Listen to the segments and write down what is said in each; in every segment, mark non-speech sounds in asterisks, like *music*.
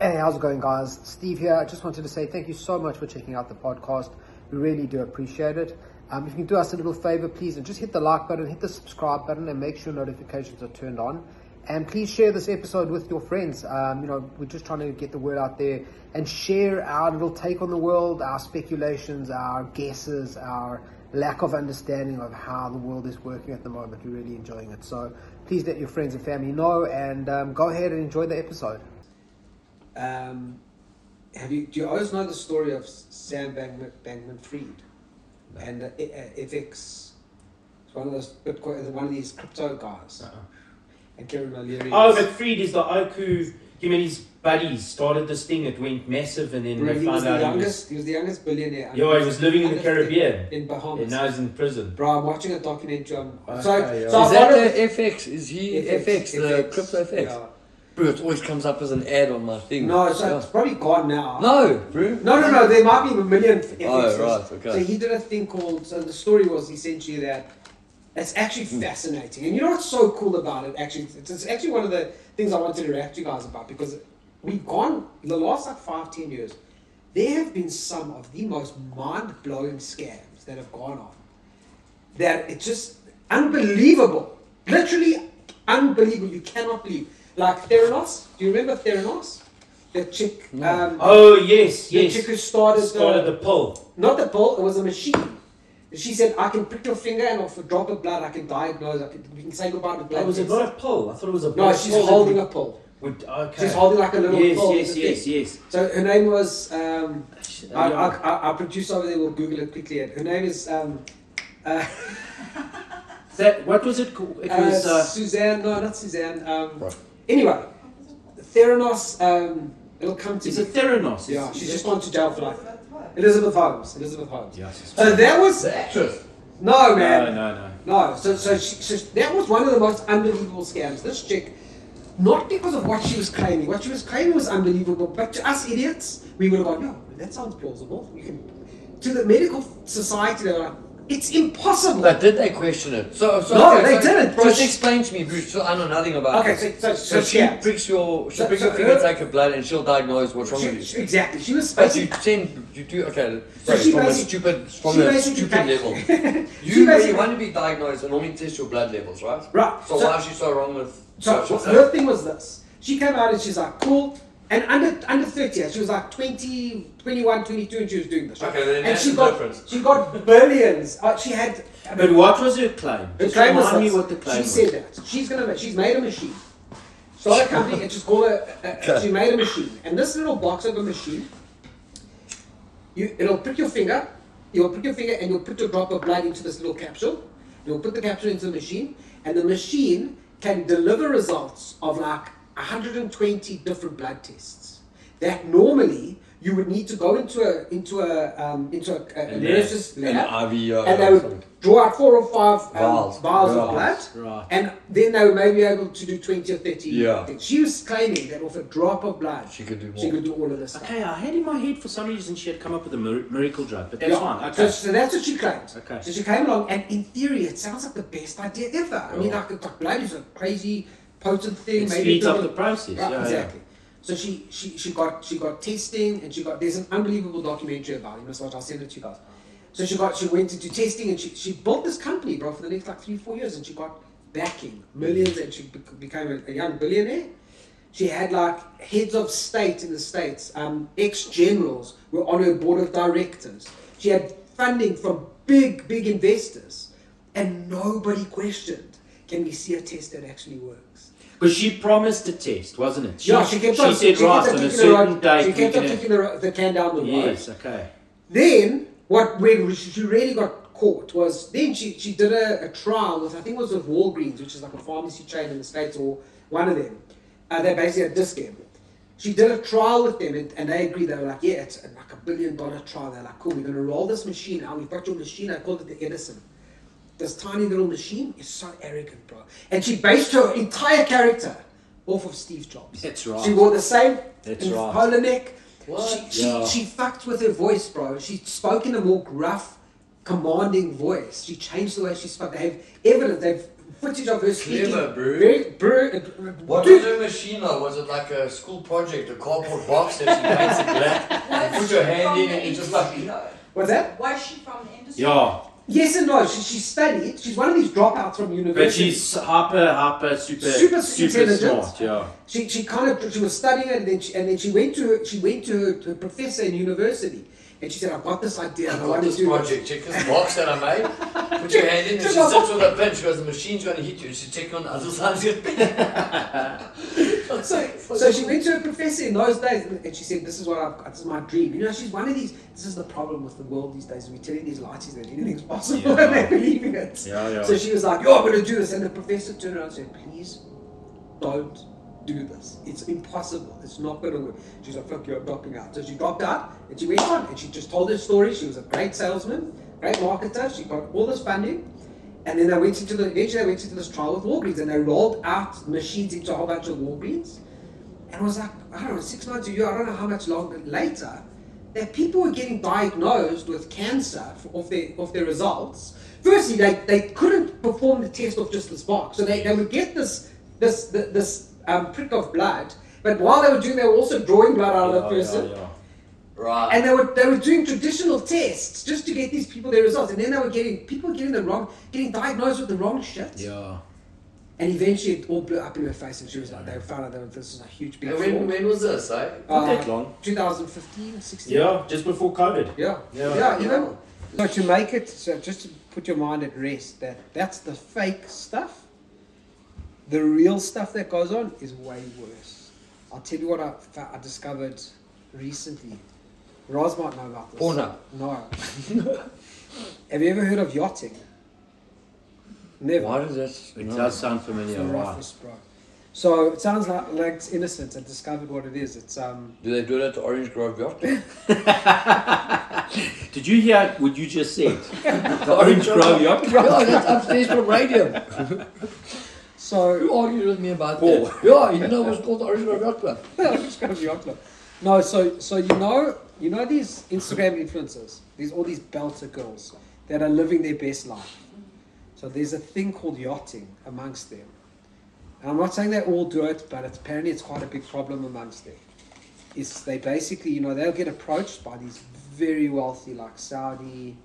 Hey, how's it going, guys? Steve here. I just wanted to say thank you so much for checking out the podcast. We really do appreciate it. Um, if you can do us a little favor, please, and just hit the like button, hit the subscribe button, and make sure notifications are turned on. And please share this episode with your friends. Um, you know, we're just trying to get the word out there and share our little take on the world, our speculations, our guesses, our lack of understanding of how the world is working at the moment. We're really enjoying it. So please let your friends and family know, and um, go ahead and enjoy the episode. Um, have you? Do you always know the story of Sam Bankman, Bankman Fried and uh, I- uh, FX? It's one of those Bitcoin, one of these crypto guys. Uh-huh. And Kevin O'Leary. Oh, is- but Freed is the Oku. Him and his buddies started this thing. It went massive, and then Remember, they he was found the out he was- youngest. He was the youngest billionaire. under- Yeah, he was living in the under- Caribbean. in Bahamas. and now he's in prison. Bro, I'm watching a documentary on. Okay, so, yeah. so Is I that wanted- the FX? Is he FX, the crypto FX? yeah. Bro, it always comes up as an ad on my thing. No, so Yeah. it's probably gone now. no, bro. No, no, no. There might be a million FXs. Oh, right, okay. So he did a thing called. So the story was essentially that it's actually Hmm. fascinating, and you know what's so cool about it? Actually, it's, it's actually one of the things I wanted to react to you guys about because we've gone the last like five, ten years. There have been some of the most mind-blowing scams that have gone off. That it's just unbelievable, literally unbelievable. You cannot believe. Like Theranos. Do you remember Theranos? The chick. Hmm. Um, Oh yes, the yes. chick who started the- started the pill. not the pill, it was a machine. She said, I can prick your finger and off a drop of blood, I can diagnose, I can, we can say goodbye to blood. Oh, was it tests." not a pill? I thought it was a. no, pill. she's Pill that holding we- a pill. Would, okay. She's holding like a little yes, pill. Yes, with a yes, Uh, thing. yes, So her name was, um, yes. our, our, our, our producer over there will Google it quickly. Her name is um, uh, that, what was it called? It uh, was. Uh, Suzanne, no, not Suzanne. Um, Right. Anyway, Theranos, um, it'll come to is me. it Theranos? yeah, Is- she's is just it- gone to jail for life. Elizabeth Holmes. Elizabeth Holmes. Yes. So that was No man. No, no, no. No, so, so, she, so that was one of the most unbelievable scams. This chick, not because of what she was claiming, what she was claiming was unbelievable, but to us idiots, we would have gone, no, that sounds plausible. You can, to the medical society, they were like, it's impossible. But did they question it? So, so No, they okay, so- didn't, Bro, bro. just explain to me, bro. So I know nothing about Okay, it. so- so- so she yeah. pricks your, she So- pricks so your finger, her- take her blood, and she'll diagnose what's wrong She- with she- you. exactly. She was But you basically. tend, you do okay. So So she from a basic- stupid, she from a basically stupid packed- level. *laughs* She You really basically- want to be diagnosed and only test your blood levels, right? Right, So, so- why is she so uh, wrong with? So social her thing was this. She came out and she's like, cool. And under under 30, she was like 20, 21, 22, and she was doing this. Okay, then and that's she the got, difference. She got billions. Uh, she had. I mean, But what was her claim? The Just claim was remind me this. what the claim She was. said that. She's gonna make, she's made a machine. Start a company and she's called a, a- a- *laughs* Okay. she made a machine. And this little box of a machine, you it'll prick your finger, you'll prick your finger and you'll put a drop of blood into this little capsule. You'll put the capsule into the machine, and the machine can deliver results of like 120 different blood tests. That normally you would need to go into a into a um, into a, a An nurse's an lab, IVR and they or would something. draw out four or five um, Vials. vials of blood, Vials, right. and then they were maybe able to do 20 or 30 Yeah. things. She was claiming that off a drop of blood, She could do she more. could do all of this stuff. Okay, I had in my head for some reason she had come up with a mir- miracle drug, but that's Yeah. fine. So, Okay. so that's what she claims. Okay. So she came along, and in theory, it sounds like the best idea ever. I mean, like, it's like blood is a crazy, potent thing. It maybe speeds up people- the process, Right, yeah, yeah. exactly. So she, she she got she got testing, and she got there's an unbelievable documentary about it. You must watch. I'll send it to you guys. So she got she went into testing, and she, she built this company, bro, for the next like three four years, and she got backing millions, and she bec- became a, a young billionaire. She had like heads of state in the states, um, ex generals were on her board of directors. She had funding from big, big investors, and nobody questioned. Can we see a test that actually works? Because she promised a test, wasn't it? yeah, she kept she on. said, right, kept on on a kicking the certain road- date. She we kept on can have- kicking the, ro- the can down the road. Yes, okay. Then what when she really got caught was then she, she did a, a trial with I think it was with Walgreens, which is like a pharmacy chain in the States or one of them. Uh, they basically had this game. She did a trial with them and, and they agreed. They were like, yeah, it's like a billion dollar trial. They're like, cool, we're going to roll this machine out. We've got your machine. I called it the Edison. This tiny little machine is so arrogant, bro. And she based her entire character off of Steve Jobs. That's right. She wore the same That's in right. polar neck. What? She, she, Yeah. she fucked with her voice, bro. She spoke in a more gruff, commanding voice. She changed the way she spoke. They have evidence. They've footage of her sneaking. Clever, bro. Very, bro. uh, What was her machine like? Was it like a school project, a cardboard box that she paints it *laughs* black? and Was put she your hand from in the and you just like. industry though? what's that? Was she from the industry? Yeah, Yes and no. She, she studied. She's one of these dropouts from university. but she's hyper, hyper, super, Super super, intelligent. smart. Yeah. She, she kind of she was studying and then she, and then she went to her, she went to her, to her professor in university and she said I've got this idea and I I want like to this do it." project, check this box that I made. Put your hand in and she sits with a pinch because the machine's going to hit you and she's checking on the other side. So, so she went to her professor in those days and and she said, This is what I've got, this is my dream. You know, she's one of these this is the problem with the world these days, we're telling these lighties that anything's possible Yeah. and they're believing it. Yeah, yeah. So she was like, Yo, I'm gonna do this and the professor turned around and said, Please don't do this. It's impossible. It's not gonna work. She's like, Fuck you, I'm dropping out. So she dropped out and she went on and she just told her story. She was a great salesman, great marketer, she got all this funding. And then I went into the eventually I went into this trial with Walgreens and they rolled out machines into a whole bunch of Walgreens. And I was like, I don't know, six months a year, I don't know how much longer later, that people were getting diagnosed with cancer f- of their of their results. Firstly, they, they couldn't perform the test off just this box. So they, they would get this this th- this um, prick of blood, but while they were doing they were also drawing blood out of the person. Right. And they were they were doing traditional tests just to get these people their results. And then they were getting people were getting the wrong getting diagnosed with the wrong shit. Yeah. And eventually it all blew up in her face and she was like, they found out that this is a huge big And when, fraud. when was this, eh? Not that long. 2015, 16. Uh, Yeah, just before COVID. Yeah. Yeah. you know. So to make it, so just to put your mind at rest that that's the fake stuff. The real stuff that goes on is way worse. I'll tell you what I, fa- I discovered recently. Roz might know about this. Porno. No. *laughs* Have you ever heard of yachting? Never. does this? It does sound familiar. It's Right. roughest, bro. So it sounds like like it's innocent. I discovered what it is. It's um. Do they do it at the Orange Grove *laughs* Yacht? *laughs* Club? Did you hear what you just said? *laughs* the Orange Grove Yacht Club. yeah, that's upstairs from Radium. So Who argued with me about Paul. that? Yeah, you know it was called the Orange Grove Yacht Club. *laughs* It's gonna be awkward. no. So so you know you know these Instagram influencers. These all these belter girls that are living their best life. So there's a thing called yachting amongst them, and I'm not saying they all do it, but it's, apparently it's quite a big problem amongst them. It's they basically you know they'll get approached by these very wealthy like Saudi,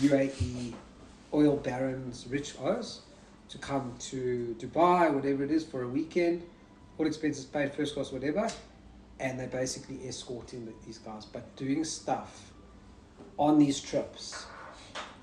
UAE, oil barons, rich O's to come to Dubai, whatever it is, for a weekend, all expenses paid, first class, whatever, and they're basically escorting the, these guys, but doing stuff on these trips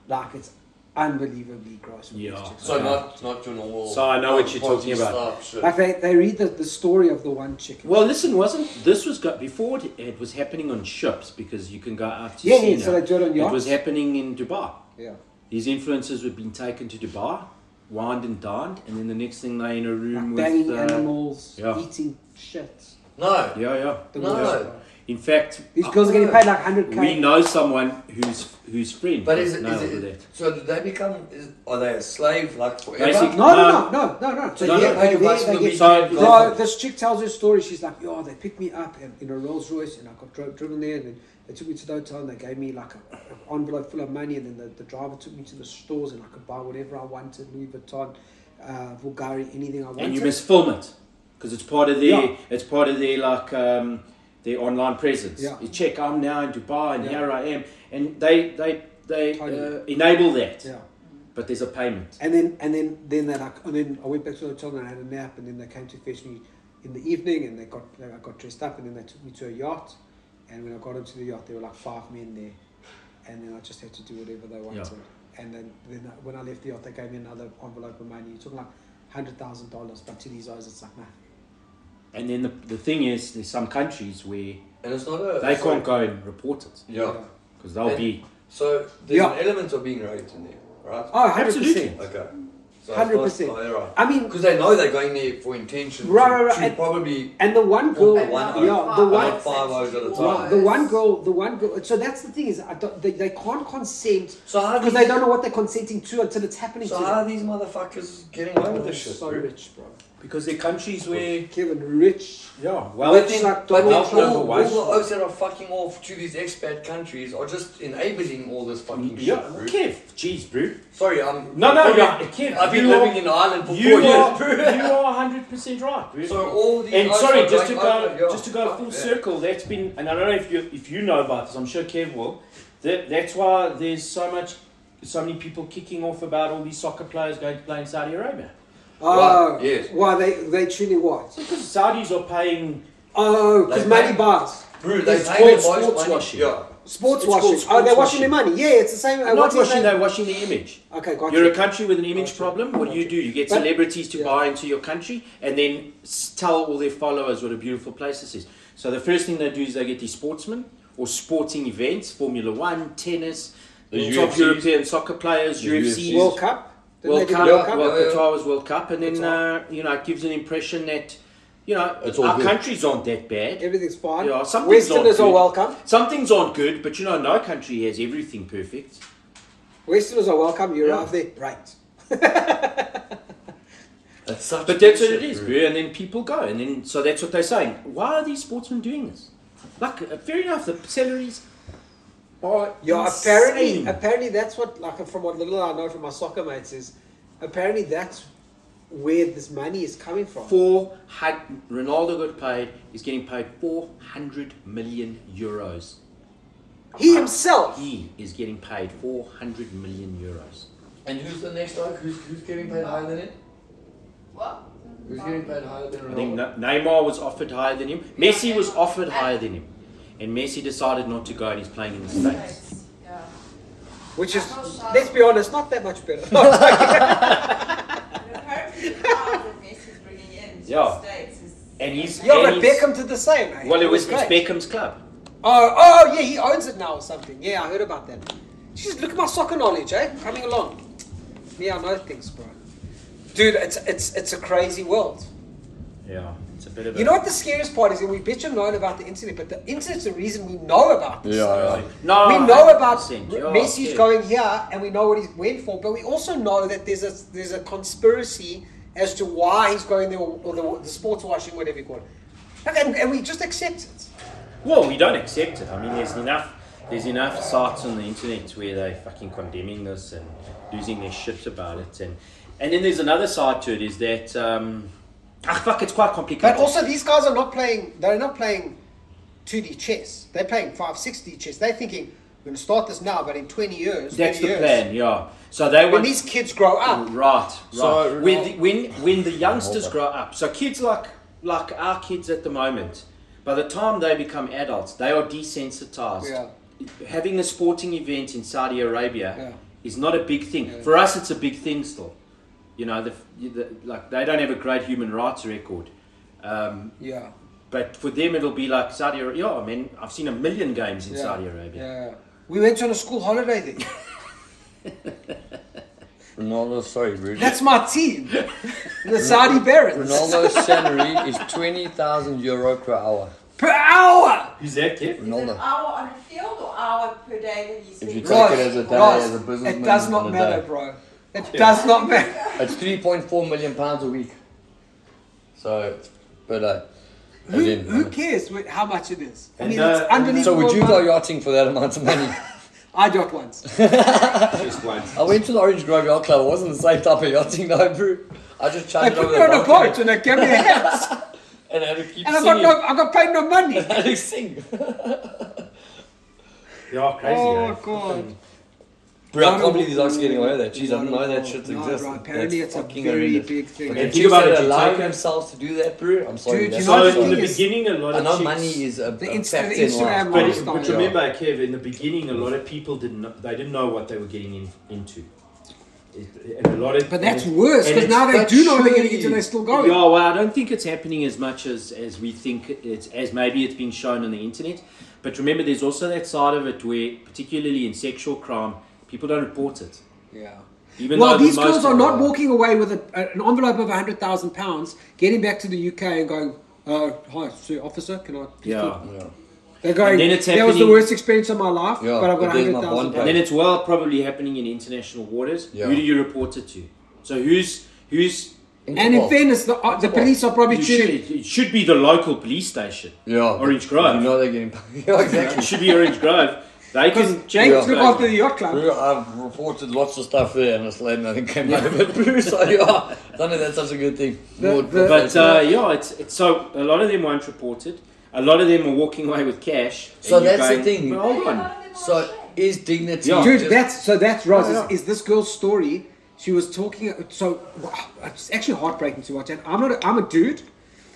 like it's unbelievably gross. what these Yeah. chicks So do. not, not your normal. So I know what you're party talking about. stuff, shit. like they, they read the, the story of the one chicken. Well, listen, wasn't this was got before it, it was happening on ships because you can go out to Yeah, yeah, sea so now. they do it on It yachts. was happening in Dubai. yeah. These influencers were being taken to Dubai, wined and dined, and then the next thing they in a room Like with banging uh, animals, yeah. eating shit. No. Yeah, yeah. The No. worst, bro. In fact, These girls are getting paid like 100k. Uh, we know someone who's whose friend. But was is it, is nailed it, with that. so do they become, is, are they a slave like forever? Basic- No, no, no, no, no, no. So No, yeah, no, they, you they, buy some they of get, these So- no, this chick tells her story. She's like, "Yo, they picked me up in, in a Rolls Royce, and I got dri- driven there, and then they took me to the hotel, and they gave me like a- an envelope full of money, and then the, the driver took me to the stores, and I could buy whatever I wanted, Louis Vuitton, uh, Bulgari, anything I wanted." and you must film it because it's part of their Yeah. it's part of their like um, their online presence. Yeah. You check I'm now in Dubai and Yeah. here I am, and they they they uh, Totally. enable that. yeah. But there's a payment. And then and then then they like and then I went back to the hotel and I had a nap and then they came to fetch me in the evening and they got they got dressed up and then they took me to a yacht and when I got onto the yacht there were like five men there and then I just had to do whatever they wanted and then then I- when I left the yacht they gave me another envelope of money you're talking like hundred thousand dollars but to these eyes it's like nah And then the, the thing is, there's some countries where And it's not a. they so- can't go and report it Yeah. because they'll And- be So there's Yeah. an element of being raped in there, right? oh 100 percent Absolutely. Okay. So it's hundred not- percent Oh, yeah, right. I mean Because they know they're going there for intention Right, to, right, right, to and- probably and the one girl At one yeah hour. the At one one five hours at a Yeah, time. the one girl, the one girl. So that's the thing is, I don't, they, they can't consent So how because do they you- don't know what they're consenting to until it's happening So to how are them. these motherfuckers getting away with They're this shit? so bro? rich, bro. Because there are countries where, Kevin, rich. yeah, But wealth, then- like But wealth then all, number all one. the oaks that are fucking off to these expat countries are just enabling all this fucking Yeah, shit, bro. Kev, jeez, bro. Sorry, I'm. No, no, Sorry, yeah, Kev, I've been you living are- in Ireland for You four years, are, bro. you are 100% right, bro. *laughs* So all these And oaks sorry, are just to going go over, yeah. just to go Fuck full that. circle, that's been and I don't know if you if you know about this, I'm sure Kev will. That that's why there's so much so many people kicking off about all these soccer players going to play in Saudi Arabia. Oh, yes. Why they they truly what? Because Saudis are paying Oh, because Like money that. buys. Bro, they It's pay called me most sports money. washing. Yeah. Sports It's washing. called oh, sports they're washing their money. Yeah, it's the same. Uh, not what's his washing, name? they're washing the image. Okay, got You're you. a country with an image Gotcha. problem. What do you do? You get But- celebrities to yeah. buy into your country and then s- tell all their followers what a beautiful place this is. So the first thing they do is they get these sportsmen or sporting events, Formula One, tennis, The the top UFCs. European soccer players, The UFCs, UFCs. World Cup. Didn't World they do Cup, the World Cup? well, uh, Yeah, yeah. Qatar was World Cup, and then uh, you know it gives an impression that you know It's all our good. countries aren't that bad. Everything's fine. Yeah, some things aren't Westerners are good. welcome. Some things aren't good, but you know no country has everything perfect. Westerners are welcome. You're Yeah. out there, right? *laughs* That's such But that's what bullshit, it is, bro. bro. And then people go, and then so that's what they're saying. Why are these sportsmen doing this? Like, uh, fair enough, the salaries are Yeah, insane. apparently, apparently that's what like from what little I know from my soccer mates is, apparently that's where this money is coming from. four had Ronaldo got paid. He's getting paid four hundred million euros. He himself. He is getting paid four hundred million euros. And who's the next oak? Who's, who's getting paid higher than him? What? Who's getting paid higher than Ronaldo? I think Na- Neymar was offered higher than him. Messi was offered higher than him, and Messi decided not to go, and he's playing in the states. Yeah. Which is, let's be honest, not that much better. *laughs* No, And apparently the crowd that Messi's bringing in to Yeah. the States is... And he's yeah, but and he's- Beckham did the same. eh? Well, it was it's great. Beckham's club. Oh, oh yeah, he owns it now or something. Yeah, I heard about that. Jeez, look at my soccer knowledge, eh? Coming along. Yeah, I know things, bro. Dude, it's it's it's a crazy world. Yeah, it's a bit of a. You know what the scariest part is? We bitch and moan about the internet, but the internet's the reason we know about this. stuff. No, we know about 100%, R- yeah, Messi's yeah. going here, and we know what he's went for, but we also know that there's a there's a conspiracy as to why he's going there, or, or the, the sports washing, whatever you call it. Like, and, and we just accept it. Well, we don't accept it. I mean, there's enough, there's enough sites on the internet where they fucking condemning this and losing their shit about it, and and then there's another side to it is that um, ah fuck, it's quite complicated. But also, these guys are not playing. They're not playing 2D chess. They're playing 5, 6D chess. They're thinking we're going to start this now, but in 20 years, that's 30 the years, plan, Mm-hmm. yeah. So they When want these kids grow up, Right, right. uh, So- when, the, when when the youngsters grow up, so kids like like our kids at the moment, by the time they become adults, they are desensitized. Having a sporting event in Saudi Arabia Yeah. is not a big thing. Yeah. For us, it's a big thing still. You know, the, the, like they don't have a great human rights record. Um, yeah, but for them, it'll be like Saudi Arabia. Yeah, I mean, I've seen a million games in yeah, Saudi Arabia. Yeah. We went on a school holiday there. Ronaldo, sorry, bro. That's my *laughs* team, the Saudi Barons. Ronaldo's salary is 20,000 euro per hour. Per hour. Who's that, Kev? Is it an hour on the field or hour per day that he's If you been- Take it as a day, as a businessman it does on not a matter, day. bro. It does not matter. It's 3.4 million pounds a week. So, but uh, Who, who cares wh- how much it is? I And, mean, uh, it's unbelievable. so would you go amount. yachting for that amount of money? I don't *laughs* once. *laughs* Just one. I went to the Orange Grove Yacht Club. It wasn't the same type of yachting, though, bro. I just They charged put over me the on a balcony boat and they gave me *laughs* a hat. And I had to keep and I got singing. no, I got paid no money. *laughs* I had to sing. They are crazy. Oh, eh? Mm. God. Bro, I can't believe these oaks are getting away with that. Jeez, I didn't know that No, shit no, existed. bro, apparently That's it's a fucking very horrendous. big thing. Fucking And chicks think about that it, you allow take- themselves to do that, bro. I'm sorry. Dude, that's you know So the not in the thing is- beginning, a lot I of know chicks- money is a, The a Insta- factor the in Instagram life. But, Honest but on it. remember, Kev, in the beginning, a lot of people didn't know, they didn't know what they were getting in, into. It- And a lot of, But that's and- worse and because it's- now they but do know they're going to surely- get and they're still going. Yeah, well, I don't think it's happening as much as, as we think it's as maybe it's been shown on the internet. But remember, there's also that side of it where, particularly in sexual crime, people don't report it. Yeah. Even well, though the these most girls are of not the- walking away with a, a- an envelope of hundred thousand pounds, getting back to the UK and going, uh, "Hi, sir, officer, can I?" please Yeah. talk?" Yeah. They're going. And then it's That was the happening- worst experience of my life, Yeah, but I've got but there's hundred my thousand bond pounds. And then it's well probably happening in international waters. Yeah. Who do you report it to? So who's who's And in fairness, the, uh, the police are probably It should, tuning. it should be the local police station. Yeah. Orange Grove. You know they're getting *laughs* Yeah, It exactly. should be Orange Grove. They Because can James Yeah. look after the yacht club. We- I've reported lots of stuff there and it's late and I think came out of it blue, *laughs* so yeah. I don't know that's such a good thing. More the- But uh, yeah, it's, it's so a lot of them won't report it. A lot of them are walking away with cash. and So you're that's the thing. Well, hold on. so is dignity Yeah. Dude, just- that's so that's Roz. Yeah, yeah. Is, is this girl's story? She was talking. So wow, it's actually heartbreaking to watch. And I'm not. A, I'm a dude,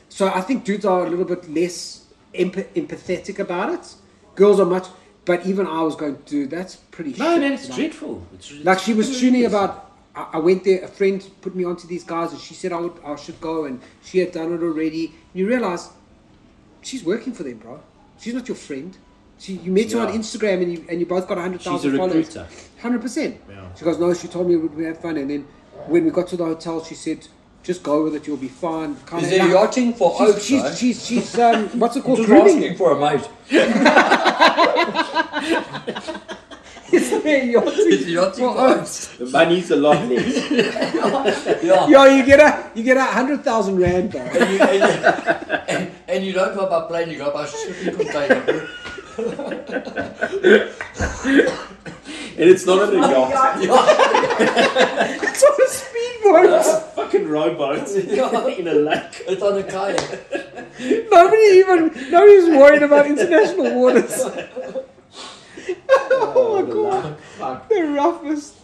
so I think dudes are a little bit less emp- empathetic about it. Girls are much. But even I was going, dude, that's pretty. No, shit. man, it's Like- dreadful. It's, it's Like she was it's tuning ridiculous. about. I I went there. A friend put me onto these guys, and she said I would, I should go, and she had done it already. And you realize she's working for them, bro. She's not your friend. She, you met her on Yeah. Instagram, and you and you both got hundred thousand She's a followers. recruiter. Hundred percent. Yeah. She goes, no. She told me we had fun, and then when we got to the hotel, she said, just go with it. You'll be fine. Kind Is there yachting for She's, oaks, she's, though? she's, she's, um, what's *laughs* it called? Oh, just Grooming. *laughs* asking for a mate. Is there *laughs* Is yachting? there yachting Well, for uh, oaks? *laughs* The money's a lot less. Yeah. Yo, you get a you get a hundred thousand rand though. and, you, and, you, and, and you don't go by plane, you go by shipping container. bro. and it's not on *laughs* the yacht. *laughs* It's on a speedboat. *laughs* Fucking rowboats *laughs* in a lake. It's on a kayak. Nobody even nobody's worried about international waters. oh my god, the roughest.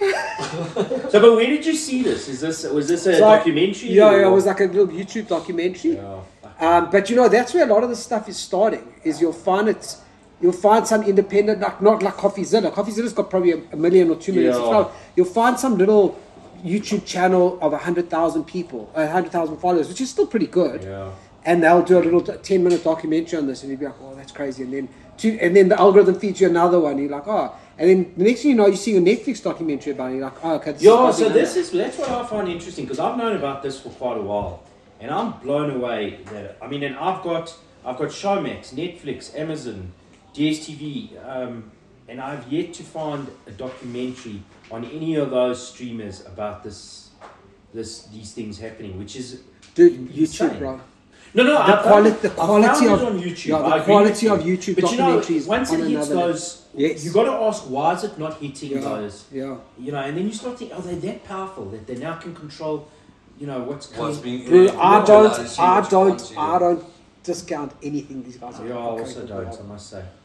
So, but where did you see this? Is this was this a So I- documentary? Yeah, or- yeah, it was like a little YouTube documentary. Yeah, fuck. Um, but you know, that's where a lot of the stuff is starting. Is you'll find it, you'll find some independent, like not like CoffeeZilla. CoffeeZilla's got probably a, a million or two million Yeah. subscribers. You'll find some little YouTube channel of hundred thousand people, hundred thousand followers, which is still pretty good. Yeah. And they'll do a little t- ten minute documentary on this, and you'll be like, "Oh, that's crazy." And then, two, and then the algorithm feeds you another one. And you're like, "Oh," and then the next thing you know, you're seeing a Netflix documentary about it. You're like, "Oh, okay." This Yeah, is so this is that's what I find interesting because I've known about this for quite a while, and I'm blown away that I mean, and I've got I've got Showmax, Netflix, Amazon, DSTV, um, and I've yet to find a documentary on any of those streamers about this this these things happening, which is dude insane. YouTube, bro. No, no, The I, quali- I, the I quality found of- it on YouTube. yeah, the I agree quality with you. of YouTube but you documentaries know, once on it hits another level. those, Yes. you got to ask why is it not hitting Yeah, those? yeah. you know, and then you start thinking, are they that powerful that they now can control, you know, what's coming? What's being- Dude, Yeah, I you don't, realize you I can't don't, see I it. don't discount anything these guys are. yeah, I also okay, don't. I must say.